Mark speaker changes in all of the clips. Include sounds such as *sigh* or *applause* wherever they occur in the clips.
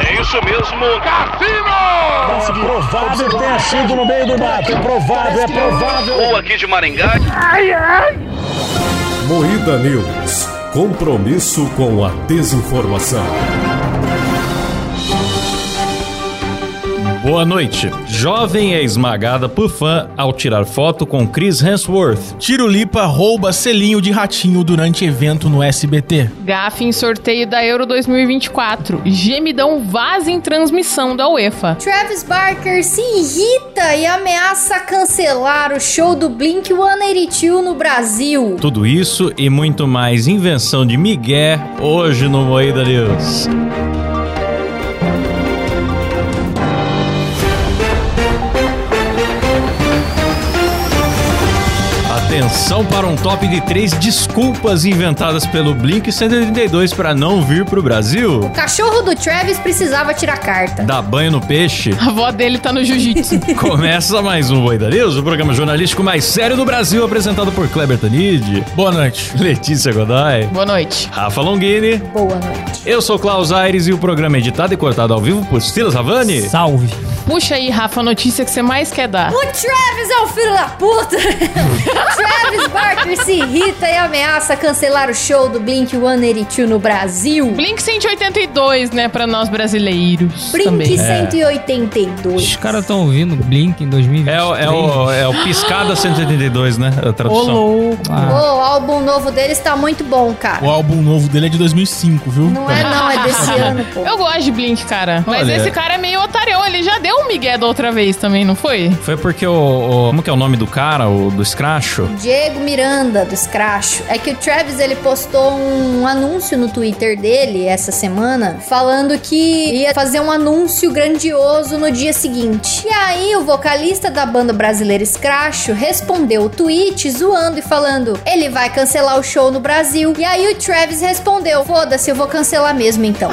Speaker 1: É isso mesmo, Cassino!
Speaker 2: É provável que tenha sido no meio do mato. É provável, é provável.
Speaker 1: Ou aqui de Maringá.
Speaker 3: Moída News. Compromisso com a desinformação.
Speaker 4: Boa noite. Jovem é esmagada por fã ao tirar foto com Chris Hemsworth.
Speaker 5: Tirulipa rouba selinho de ratinho durante evento no SBT.
Speaker 6: Gafe em sorteio da Euro 2024. Gemidão vaza em transmissão da UEFA.
Speaker 7: Travis Barker se irrita e ameaça cancelar o show do Blink 182 no Brasil.
Speaker 4: Tudo isso e muito mais invenção de Miguel hoje no Moída News. Atenção para um top de três desculpas inventadas pelo Blink 182 para não vir pro Brasil.
Speaker 7: O cachorro do Travis precisava tirar carta.
Speaker 4: Dá banho no peixe.
Speaker 6: A avó dele tá no jiu-jitsu.
Speaker 4: *laughs* Começa mais um Moída News, o programa jornalístico mais sério do Brasil, apresentado por Kleber Tanid,
Speaker 5: Boa noite.
Speaker 4: Letícia Godoy,
Speaker 6: Boa noite.
Speaker 4: Rafa Longini.
Speaker 7: Boa noite.
Speaker 4: Eu sou Klaus Aires e o programa é editado e cortado ao vivo por Silas Havani.
Speaker 5: Salve.
Speaker 6: Puxa aí, Rafa, a notícia que você mais quer dar.
Speaker 7: O Travis é o filho da puta! *laughs* Travis Barker se irrita e ameaça cancelar o show do Blink 182 no Brasil.
Speaker 6: Blink 182, né, pra nós brasileiros
Speaker 7: Blink
Speaker 5: É.
Speaker 6: também.
Speaker 7: 182.
Speaker 8: Os caras estão ouvindo Blink em 2023.
Speaker 4: É, o- é o, é o Piscada 182, né? A
Speaker 6: Ô,
Speaker 4: tradução.
Speaker 6: louco.
Speaker 7: Ô,
Speaker 8: Ah,
Speaker 7: o álbum novo deles tá muito bom, cara.
Speaker 5: O álbum novo dele é de 2005, viu?
Speaker 7: Não é não, é
Speaker 6: *laughs*
Speaker 5: *laughs*
Speaker 7: desse ano, pô.
Speaker 6: Eu gosto de Blink, cara. Mas
Speaker 4: Olha.
Speaker 6: esse cara é meio otarião. Ele já deu um migué da outra vez também, não foi?
Speaker 4: Foi porque o, o- Como que é o nome do cara, o do Scracho?
Speaker 7: Diego Miranda, do Scratch. É que o Travis, ele postou um anúncio no Twitter dele essa semana, falando que ia fazer um anúncio grandioso no dia seguinte. E aí, o vocalista da banda brasileira Scratch respondeu o tweet zoando e falando, ele vai cancelar o show no Brasil. E aí, o Travis respondeu, foda-se, eu vou cancelar mesmo então.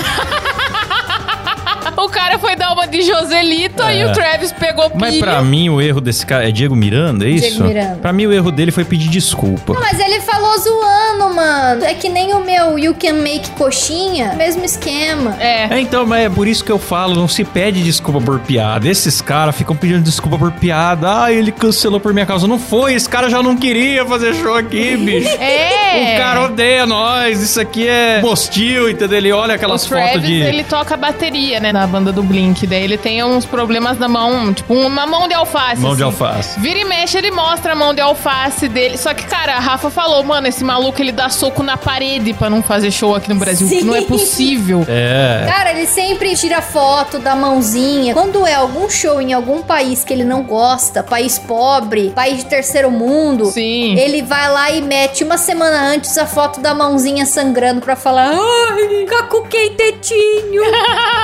Speaker 6: O cara foi dar uma de Joselito e o Travis pegou pilha.
Speaker 4: É. Mas pra mim o erro desse cara é Diego Miranda, é isso?
Speaker 7: Diego Miranda.
Speaker 4: Pra mim o erro dele foi pedir desculpa.
Speaker 7: Mas ele falou zoando, mano. É que nem o meu You Can Make Coxinha, mesmo esquema.
Speaker 6: É.
Speaker 4: É, então, mas é por isso que eu falo, não se pede desculpa por piada. Esses caras ficam pedindo desculpa por piada. Ah, ele cancelou por minha causa. Não foi, esse cara já não queria fazer
Speaker 6: *laughs*
Speaker 4: show aqui, bicho.
Speaker 6: É.
Speaker 4: O cara odeia nós, isso aqui é hostil, entendeu? Ele olha aquelas
Speaker 6: o Travis,
Speaker 4: fotos de...
Speaker 6: ele toca bateria, né, na banda do Blink. Daí ele tem uns problemas na mão, tipo uma mão de alface.
Speaker 4: Mão de
Speaker 6: assim.
Speaker 4: alface.
Speaker 6: Vira e mexe, ele mostra a mão de alface dele. Só que, cara, a Rafa falou, mano, esse maluco ele dá soco na parede pra não fazer show aqui no Brasil.
Speaker 7: Sim.
Speaker 6: Não é possível.
Speaker 4: É.
Speaker 7: Cara, ele sempre tira foto da mãozinha. Quando é algum show em algum país que ele não gosta, país pobre, país de terceiro mundo,
Speaker 6: Sim.
Speaker 7: ele vai lá e mete uma semana antes a foto da mãozinha sangrando pra falar: Ai, cacuquei tetinho.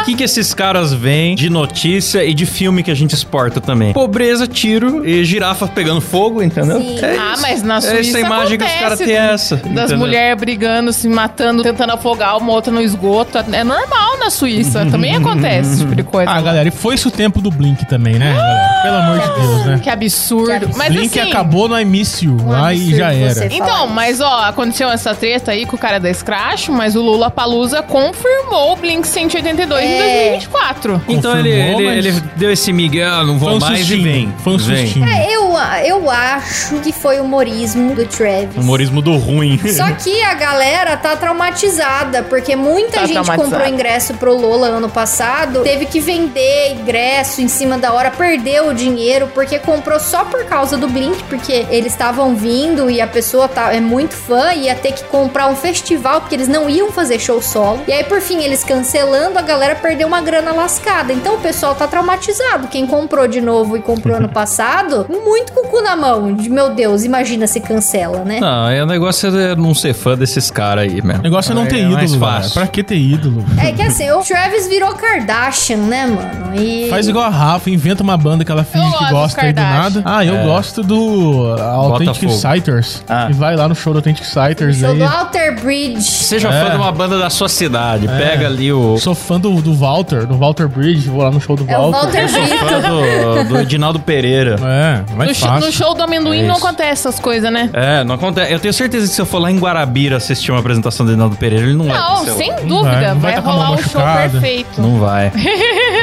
Speaker 4: O que, que esses caras veem de notícia e de filme que a gente exporta também? Pobreza, tiro e girafa pegando fogo, entendeu?
Speaker 7: Sim.
Speaker 4: É
Speaker 6: Ah,
Speaker 4: isso.
Speaker 6: mas na Suíça
Speaker 4: É essa imagem que os caras
Speaker 6: acontece né?
Speaker 4: têm é essa.
Speaker 6: Das
Speaker 4: entendeu?
Speaker 6: mulheres brigando, se matando, tentando afogar uma outra no esgoto. É normal na Suíça.
Speaker 4: *laughs*
Speaker 6: Também acontece esse tipo de coisa.
Speaker 5: Ah, galera, e foi-se o tempo do Blink também, né, galera? Pelo amor de
Speaker 4: Ah,
Speaker 5: Deus, né?
Speaker 6: Que absurdo.
Speaker 7: Que absurdo.
Speaker 6: Mas
Speaker 5: Blink
Speaker 6: assim,
Speaker 5: acabou no I Miss You, lá e
Speaker 7: Um absurdo
Speaker 5: já era.
Speaker 7: você. falar
Speaker 6: Então,
Speaker 7: isso.
Speaker 6: mas ó, aconteceu essa treta aí com o cara da Scratch, mas o Lula Palusa confirmou o Blink 182 em
Speaker 7: É.
Speaker 6: 2024.
Speaker 4: Então ele,
Speaker 5: Confirmou,
Speaker 4: ele,
Speaker 5: mas-
Speaker 4: ele deu esse Miguel, não
Speaker 5: Foi
Speaker 4: vou
Speaker 5: um
Speaker 4: mais
Speaker 5: sustinho.
Speaker 4: e vem.
Speaker 5: Foi um
Speaker 4: vem.
Speaker 5: sustinho.
Speaker 7: É, Eu, eu acho que foi humorismo do Travis.
Speaker 4: Humorismo do ruim.
Speaker 7: Só que a galera tá traumatizada, porque muita
Speaker 6: Tá
Speaker 7: gente
Speaker 6: traumatizada.
Speaker 7: comprou ingresso pro Lola ano passado, teve que vender ingresso em cima da hora, perdeu o dinheiro, porque comprou só por causa do Blink, porque eles estavam vindo e a pessoa tá, é muito fã, ia ter que comprar um festival, porque eles não iam fazer show solo. E aí, por fim, eles cancelando, a galera perdeu uma grana lascada. Então o pessoal tá traumatizado. Quem comprou de novo e comprou
Speaker 5: *laughs*
Speaker 7: ano passado, muito com o cu na mão. De, meu Deus, imagina se cancela, né?
Speaker 4: Não, é o negócio é não ser fã desses caras aí mesmo.
Speaker 5: O negócio é não ter
Speaker 4: mais
Speaker 5: ídolo, cara.
Speaker 4: fácil.
Speaker 5: Pra que ter ídolo?
Speaker 7: É que assim, o Travis virou Kardashian, né, mano? E.
Speaker 5: Faz igual a Rafa, inventa uma banda que ela
Speaker 6: Eu
Speaker 5: finge
Speaker 6: gosto
Speaker 5: que
Speaker 6: dos
Speaker 5: gosta aí do
Speaker 6: Kardashian.
Speaker 5: nada. Ah, eu gosto do ah, Authentic
Speaker 4: É. Botafogo.
Speaker 5: Citers.
Speaker 4: Ah.
Speaker 5: E vai lá no show do Authentic Citers
Speaker 7: Show
Speaker 5: aí.
Speaker 7: do Alter Bridge.
Speaker 4: Seja
Speaker 5: É.
Speaker 4: fã de uma banda da sua cidade. Pega ali o.
Speaker 5: Sou fã do, do Walter, do Walter Bridge, vou lá no show do
Speaker 7: É o
Speaker 5: Walter.
Speaker 7: Walter
Speaker 4: Sou
Speaker 7: Bridge.
Speaker 4: fã do, do Edinaldo Pereira.
Speaker 5: É, vai
Speaker 6: No no, show,
Speaker 5: fácil.
Speaker 6: no show do amendoim
Speaker 4: É
Speaker 6: não
Speaker 4: isso.
Speaker 6: acontece essas coisas, né?
Speaker 4: É, não acontece. Eu tenho certeza que se eu for lá em Guarabira assistir uma apresentação do Reinaldo Pereira, ele não, vai.
Speaker 6: Não,
Speaker 4: cancelar.
Speaker 6: sem
Speaker 5: Não vai,
Speaker 6: dúvida.
Speaker 5: não vai
Speaker 6: Vai,
Speaker 5: tá com a mão
Speaker 6: rolar o show
Speaker 5: machucada.
Speaker 6: perfeito.
Speaker 4: Não vai.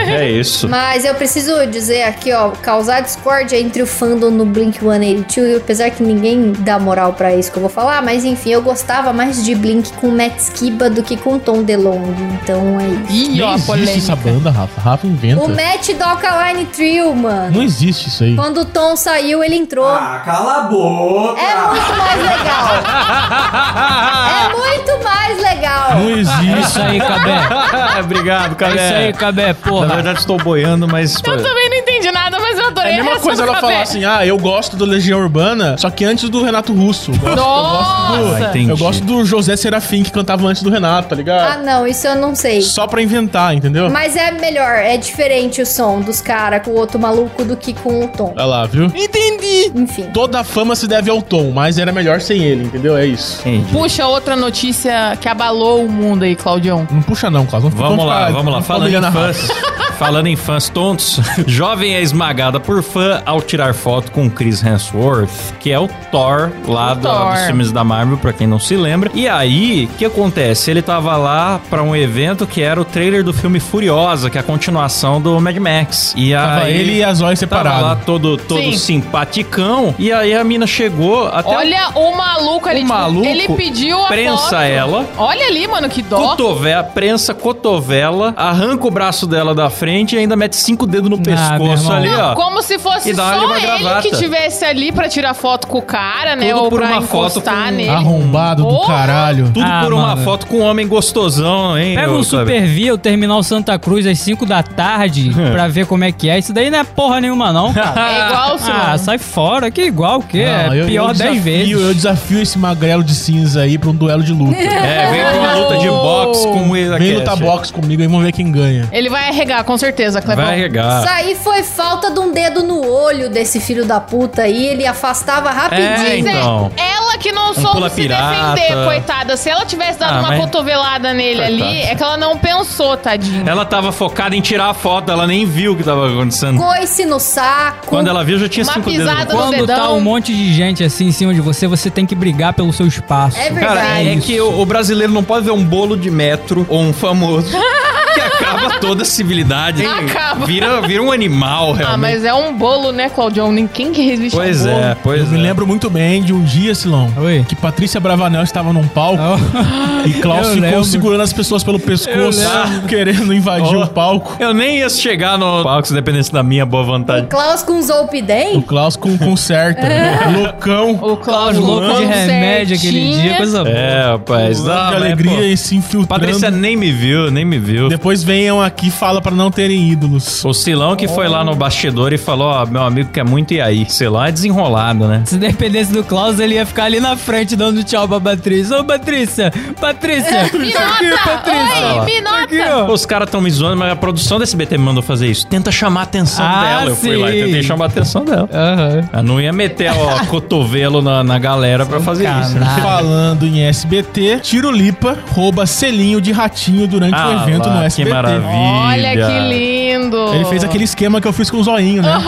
Speaker 4: É isso.
Speaker 7: Mas eu preciso dizer aqui, ó, causar discórdia entre o fandom no Blink-182, apesar que ninguém dá moral pra isso que eu vou falar, mas enfim, eu gostava mais de Blink com Matt Skiba do que com Tom DeLonge, então é isso.
Speaker 6: Ih,
Speaker 5: Nem
Speaker 6: ó,
Speaker 5: existe essa
Speaker 6: polêmica.
Speaker 5: banda, Rafa. Rafa inventa.
Speaker 7: O Matt do Alkaline Trio, mano.
Speaker 5: Não existe isso aí.
Speaker 7: Quando o Tom saiu, ele entrou.
Speaker 9: Ah, cala a boca!
Speaker 7: É muito mais legal. É muito mais legal.
Speaker 5: Não
Speaker 8: É
Speaker 5: existe.
Speaker 8: isso aí,
Speaker 4: *laughs*
Speaker 8: Cabé.
Speaker 4: Obrigado,
Speaker 8: É
Speaker 4: cara.
Speaker 8: isso aí, Cabé,
Speaker 4: Na
Speaker 8: porra.
Speaker 4: verdade, estou boiando, mas.
Speaker 6: Eu também não entendi nada, mas eu adorei
Speaker 5: É a mesma
Speaker 6: reação
Speaker 5: coisa
Speaker 6: do
Speaker 5: ela
Speaker 6: Cabé.
Speaker 5: falar assim: ah, eu gosto do Legião Urbana, só que antes do Renato Russo. Eu gosto-
Speaker 6: Nossa!
Speaker 4: Ah, entendi.
Speaker 5: Eu gosto do José Serafim que cantava antes do Renato, tá
Speaker 7: Ah,
Speaker 5: ligado?
Speaker 7: não, isso eu não sei.
Speaker 5: Só pra inventar, entendeu?
Speaker 7: Mas é melhor, é diferente o som dos caras com o outro maluco do que com o Tom.
Speaker 5: Olha lá, viu? Entendi!
Speaker 7: Enfim.
Speaker 5: Toda a fama se deve ao Tom, mas era melhor sem ele, entendeu? É isso.
Speaker 4: Entendi.
Speaker 6: Puxa, outra notícia que abalou o mundo aí, Claudião.
Speaker 5: Não puxa, não, Klaus. Não fica-
Speaker 4: Vamos lá,
Speaker 5: ficar-
Speaker 4: vamos lá.
Speaker 5: não fica
Speaker 4: Falando
Speaker 5: humilhando
Speaker 4: em
Speaker 5: a Rafa.
Speaker 4: fãs. Falando em fãs tontos, *laughs* jovem é esmagada por fã ao tirar foto com Chris Hemsworth, que é o Thor lá
Speaker 6: O
Speaker 4: do-
Speaker 6: Thor.
Speaker 4: dos filmes da Marvel, pra quem não se lembra. E aí, o que acontece? Ele tava lá pra um evento que era o trailer do filme Furiosa, que é a continuação do Mad Max. E
Speaker 5: Tava
Speaker 4: aí
Speaker 5: ele e a
Speaker 4: tava lá
Speaker 5: Zoe separados.
Speaker 4: todo todo
Speaker 6: Sim.
Speaker 4: simpaticão. E aí a mina chegou
Speaker 5: Então,
Speaker 4: até
Speaker 6: Olha o maluco ali.
Speaker 4: O
Speaker 6: tipo,
Speaker 4: maluco
Speaker 6: ele pediu a
Speaker 4: prensa
Speaker 5: é
Speaker 6: foto.
Speaker 4: ela.
Speaker 6: Olha ali, mano, que dó.
Speaker 4: Cotovela, prensa cotovela, arranca o braço dela da frente e ainda mete cinco dedos no
Speaker 8: meu
Speaker 4: pescoço
Speaker 8: irmão.
Speaker 4: ali, ó.
Speaker 6: Como se fosse
Speaker 4: E dá ali
Speaker 6: só
Speaker 4: uma
Speaker 6: ele
Speaker 4: gravata.
Speaker 6: que tivesse ali pra tirar foto com o cara, né?
Speaker 4: Tudo
Speaker 6: Ou
Speaker 4: por
Speaker 6: pra
Speaker 4: uma foto
Speaker 6: encostar
Speaker 4: com- um
Speaker 6: nele.
Speaker 5: Arrombado do
Speaker 6: Porra!
Speaker 5: caralho.
Speaker 4: Tudo
Speaker 8: Ah,
Speaker 4: por uma
Speaker 8: mano.
Speaker 4: foto com um homem gostosão, hein?
Speaker 8: Pega
Speaker 4: ô,
Speaker 8: um
Speaker 4: Kleber?
Speaker 8: Super Via, o Terminal Santa Cruz, às 5 da
Speaker 5: *laughs*
Speaker 8: tarde, pra ver como é que é. Isso daí não é porra nenhuma, não, cara.
Speaker 6: *laughs* É igual, Simão.
Speaker 8: Ah, sai fora, que igual o quê?
Speaker 5: Não,
Speaker 8: é
Speaker 5: eu-
Speaker 8: pior
Speaker 5: eu
Speaker 8: 10
Speaker 5: desafio- Eu
Speaker 8: vezes.
Speaker 5: desafio esse magrelo de cinza aí pra um duelo de luta.
Speaker 4: É, vem com uma luta de boxe com ele
Speaker 5: Vem lutar boxe tá comigo aí, vamos ver quem ganha.
Speaker 6: Ele vai arregar, com certeza, Clebão.
Speaker 4: Vai regar.
Speaker 7: Isso aí foi falta de um dedo no olho desse filho da puta aí, ele afastava
Speaker 4: É,
Speaker 7: rapidinho.
Speaker 4: então.
Speaker 6: né, Ela que não soube
Speaker 4: pula
Speaker 6: se
Speaker 4: pirata.
Speaker 6: defender, coitada. Se ela tivesse dado
Speaker 4: Ah,
Speaker 6: uma
Speaker 4: mas-
Speaker 6: cotovelada nele ali,
Speaker 4: Coitada.
Speaker 6: é que ela não pensou,
Speaker 4: *laughs*
Speaker 6: tadinho.
Speaker 4: Ela tava focada em tirar a foto, ela nem viu o que tava acontecendo.
Speaker 7: Coice no saco.
Speaker 4: Quando ela viu, já tinha
Speaker 6: Uma
Speaker 4: cinco
Speaker 6: pisada
Speaker 4: dedos. no-
Speaker 6: no
Speaker 8: Quando
Speaker 6: dedão.
Speaker 8: tá um monte de gente assim em cima de você, você tem que brigar pelo seu espaço.
Speaker 7: É verdade.
Speaker 4: Cara, é
Speaker 8: Isso.
Speaker 4: que o, o brasileiro não pode ver um bolo de metro ou um famoso que acaba toda a civilidade.
Speaker 6: Acaba.
Speaker 4: Vira, vira um animal, realmente.
Speaker 6: Ah, mas é um bolo, né, Claudião? Ninguém que resiste a um
Speaker 4: Pois
Speaker 6: bolo.
Speaker 4: é, pois
Speaker 5: eu
Speaker 4: é.
Speaker 5: me lembro muito bem de um dia, Silão,
Speaker 8: Oi.
Speaker 5: que Patrícia Bravanel estava num
Speaker 4: *laughs*
Speaker 5: palco e Klaus
Speaker 8: Eu
Speaker 5: ficou
Speaker 8: lembro.
Speaker 5: segurando as pessoas pelo pescoço, *laughs* querendo invadir
Speaker 4: Oh.
Speaker 5: o palco.
Speaker 4: Eu nem ia chegar no palco se dependesse é da minha boa vontade.
Speaker 7: Klaus com
Speaker 5: O
Speaker 7: Zolpidem?
Speaker 5: Klaus com conserta, loucão,
Speaker 6: É. O
Speaker 8: Os
Speaker 6: Cláudio
Speaker 8: loucos de
Speaker 6: Lando
Speaker 8: remédio aquele
Speaker 6: certinha.
Speaker 8: dia, coisa boa.
Speaker 4: É, rapaz.
Speaker 5: pulando
Speaker 4: Ah,
Speaker 5: de
Speaker 4: mas,
Speaker 5: alegria
Speaker 4: pô,
Speaker 5: e se infiltrando.
Speaker 4: Patrícia nem me viu, nem me viu.
Speaker 5: Depois venham aqui e fala pra não terem ídolos.
Speaker 4: O Silão que foi lá no bastidor e falou, ó, meu amigo quer muito ir aí. Silão é desenrolado, né?
Speaker 8: Se dependesse do Klaus, ele ia ficar ali na frente dando tchau pra Patrícia. Ô, Patrícia!
Speaker 6: *laughs*
Speaker 8: Patrícia! Tá aqui, Patrícia!
Speaker 6: Oi,
Speaker 8: Tá aqui,
Speaker 6: Minota!
Speaker 8: ó.
Speaker 4: Os caras tão me zoando, mas a produção da SBT me mandou fazer isso. Tenta chamar a atenção
Speaker 8: Ah,
Speaker 4: dela. Eu fui lá e
Speaker 8: sim.
Speaker 4: tentei chamar a atenção dela.
Speaker 8: Aham.
Speaker 4: Eu não ia meter *laughs* o cotovelo na, na galera pra fazer isso. né?
Speaker 8: Caralho.
Speaker 5: Falando em SBT, Tirulipa rouba selinho de ratinho durante o
Speaker 4: Ah,
Speaker 5: evento
Speaker 4: lá,
Speaker 5: no
Speaker 4: que
Speaker 5: SBT.
Speaker 4: maravilha.
Speaker 6: Olha que lindo!
Speaker 5: Ele fez aquele esquema que eu fiz com o
Speaker 6: *laughs*
Speaker 5: zoinho, né?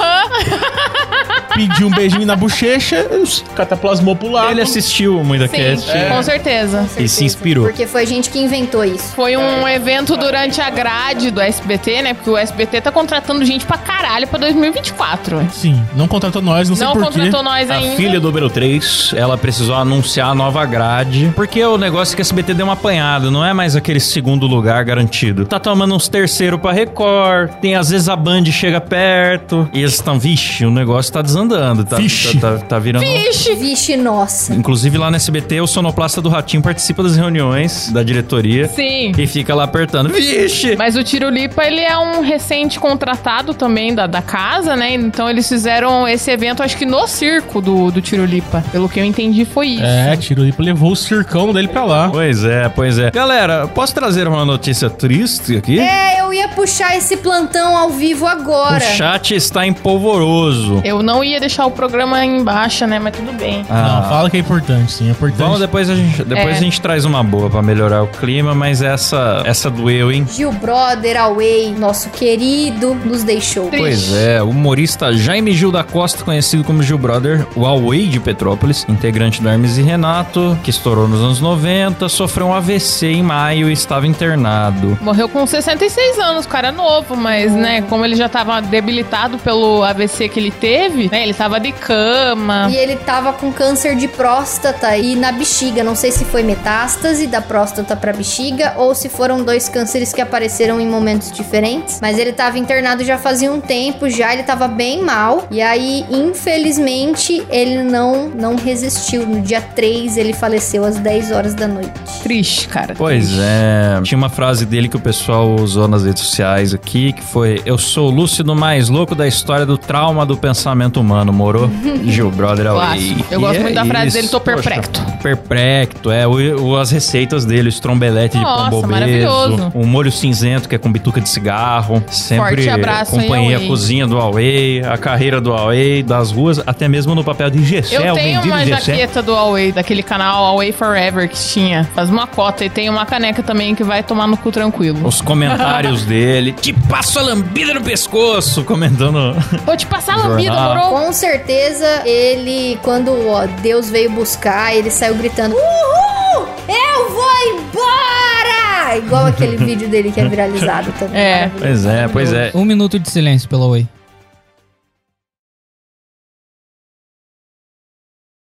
Speaker 5: Pediu um beijinho na bochecha, cataplasmou pro lado.
Speaker 4: Ele é assistiu muito a
Speaker 6: Sim,
Speaker 4: cast.
Speaker 5: É.
Speaker 6: com certeza.
Speaker 4: E se inspirou.
Speaker 7: Porque foi a gente que inventou isso.
Speaker 6: Foi um evento durante a grade do SBT, né? Porque o SBT tá contratando gente pra caralho pra 2024.
Speaker 5: Sim, não contratou nós, não,
Speaker 6: Não
Speaker 5: sei porquê.
Speaker 6: contratou nós
Speaker 4: A
Speaker 6: ainda.
Speaker 4: filha do número 3, ela precisou anunciar a nova grade, porque o negócio é que a SBT deu uma apanhada, não é mais aquele segundo lugar garantido. Tá tomando uns terceiro pra Record, tem às vezes a Band chega perto, e eles estão, vixe, o negócio tá desandando, tá,
Speaker 5: Vixe.
Speaker 4: tá, tá- tá virando...
Speaker 6: Ixi,
Speaker 7: Vixe, nossa.
Speaker 4: Inclusive lá no SBT, o sonoplasta do Ratinho participa das reuniões da diretoria
Speaker 6: sim.
Speaker 4: e fica lá apertando, vixe!
Speaker 6: Mas o Tirulipa, ele é um recente contratado também da, da casa, né? Então eles fizeram esse evento, acho que no circo do, do Tirulipa. Pelo que eu entendi, foi isso.
Speaker 5: É, Tirulipa levou o circão dele pra lá.
Speaker 4: Pois é, pois é. Galera, posso trazer uma notícia triste aqui?
Speaker 7: É, eu eu ia puxar esse plantão ao vivo agora.
Speaker 4: O chat está empolvoroso.
Speaker 6: Eu não ia deixar o programa em baixa, né? Mas tudo bem.
Speaker 5: Não, fala que é importante, sim. É importante.
Speaker 4: Ah. Vamos, depois a gente, depois
Speaker 6: É.
Speaker 4: a gente traz uma boa pra melhorar o clima, mas essa essa doeu, hein?
Speaker 7: Gil Brother, Away, nosso querido, nos deixou.
Speaker 6: Triste.
Speaker 4: Pois é, o humorista Jaime Gil da Costa, conhecido como Gil Brother, o Away de Petrópolis, integrante do Hermes e Renato, que estourou nos anos 90, sofreu um AVC em maio e estava internado.
Speaker 6: Morreu com 66 anos, o cara é novo,
Speaker 5: Hum.
Speaker 6: mas, né, como ele já tava debilitado pelo AVC que ele teve, né, ele tava de cama.
Speaker 7: E ele tava com câncer de próstata e na bexiga. Não sei se foi metástase da próstata pra bexiga ou se foram dois cânceres que apareceram em momentos diferentes. Mas ele tava internado já fazia um tempo, já ele tava bem mal. E aí, infelizmente, ele não, não resistiu. No dia 3, ele faleceu às 10 horas da noite.
Speaker 6: Triste, cara.
Speaker 4: Pois é, tinha uma frase dele que o pessoal usou nas redes sociais aqui, que foi: Eu sou o lúcido mais louco da história do trauma do pensamento
Speaker 6: *laughs*
Speaker 4: humano, moro? Gil Brother Away.
Speaker 6: Clássico. Eu
Speaker 4: E
Speaker 6: gosto
Speaker 4: é
Speaker 6: muito da frase dele,
Speaker 4: isso.
Speaker 6: tô perprecto.
Speaker 4: Poxa, perprecto, é, o, o- as receitas dele, o estrombelete de
Speaker 6: Nossa,
Speaker 4: pão bobeso,
Speaker 6: maravilhoso.
Speaker 4: o molho cinzento, que é com bituca de cigarro, sempre
Speaker 6: Forte abraço aí,
Speaker 4: acompanhei a
Speaker 6: Away.
Speaker 4: cozinha do Away, a carreira do Away, das ruas, até mesmo no papel é um de Gessé,
Speaker 6: Eu
Speaker 4: o
Speaker 6: tenho
Speaker 4: vendido
Speaker 6: uma
Speaker 4: Gessé.
Speaker 6: jaqueta do Huawei, daquele canal Huawei Forever que tinha. Faz uma cota. E tem uma caneca também que vai tomar no cu tranquilo.
Speaker 4: Os
Speaker 6: *laughs*
Speaker 4: comentários dele. Te passo a lambida no pescoço. Comentando.
Speaker 6: Vou te passar a lambida,
Speaker 4: Jornal.
Speaker 6: moro?
Speaker 7: Com certeza, ele, quando ó, Deus veio buscar, ele saiu gritando: Uhul! Eu vou embora! Igual aquele vídeo dele que é viralizado também.
Speaker 6: É.
Speaker 7: maravilhoso.
Speaker 4: Pois é, pois é.
Speaker 8: Um minuto de silêncio pela Oi.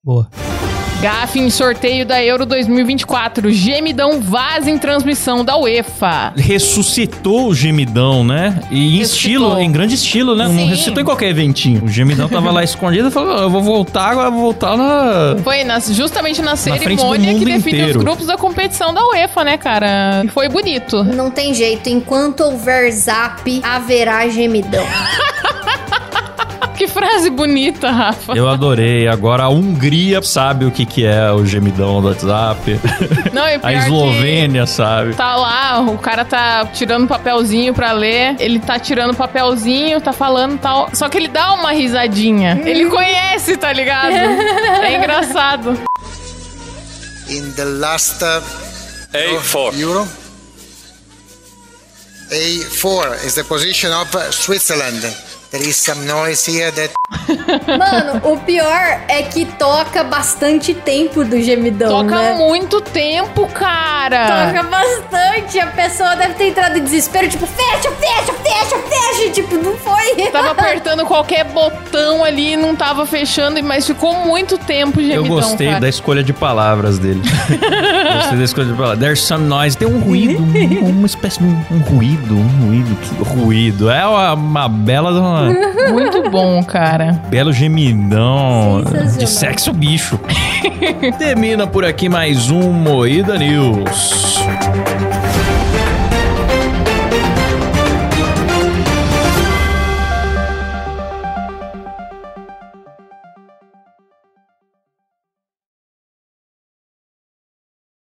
Speaker 8: Boa.
Speaker 6: Gafe em sorteio da Euro 2024. Gemidão vaza em transmissão da UEFA.
Speaker 4: Ressuscitou o gemidão, né? E em
Speaker 6: Ressuscitou.
Speaker 4: estilo, em grande estilo, né? Não
Speaker 6: Sim.
Speaker 4: ressuscitou em qualquer eventinho. O gemidão tava lá escondido e falou: "Ah, Eu vou voltar, agora eu vou voltar na.
Speaker 6: Foi nas- justamente na
Speaker 4: frente do
Speaker 6: cerimônia que
Speaker 4: mundo
Speaker 6: define
Speaker 4: inteiro.
Speaker 6: os grupos da competição da UEFA, né, cara? E Foi bonito.
Speaker 7: Não tem jeito, enquanto houver zap, haverá gemidão.
Speaker 6: Ah, Que frase bonita, Rafa.
Speaker 4: Eu adorei. Agora a Hungria sabe o que, que é o gemidão do WhatsApp.
Speaker 6: Não, e
Speaker 4: A
Speaker 6: pior que
Speaker 4: Eslovênia sabe.
Speaker 6: Tá lá, o cara tá tirando papelzinho pra ler, ele tá tirando papelzinho, tá falando tal. Só que ele dá uma risadinha.
Speaker 7: Uhum.
Speaker 6: Ele conhece, tá
Speaker 7: *laughs*
Speaker 6: ligado? É engraçado.
Speaker 10: in the last uh,
Speaker 1: A4.
Speaker 10: euro. A4 is the position of uh, Switzerland. There is some noise here that
Speaker 7: Mano, o pior é que toca bastante tempo do gemidão.
Speaker 6: Toca
Speaker 7: né?
Speaker 6: muito tempo, cara.
Speaker 7: Toca bastante. A pessoa deve ter entrado em desespero, tipo, fecha, fecha, fecha, fecha. Tipo, não foi.
Speaker 6: Tava apertando qualquer botão ali, não tava fechando, mas ficou muito tempo, gemidão,
Speaker 4: Eu gostei
Speaker 6: cara.
Speaker 4: da escolha de
Speaker 6: *laughs*
Speaker 4: palavras dele. gostei da escolha de palavras. There's some noise. Tem um ruído, um- uma espécie de um, um ruído, um ruído. Que ruído. É uma, uma bela,
Speaker 6: *laughs*
Speaker 4: uma-
Speaker 6: Muito bom, cara.
Speaker 4: belo gemidão
Speaker 7: Sensacional.
Speaker 4: de
Speaker 6: *laughs*
Speaker 4: sexo bicho. Termina por aqui mais um Moída News.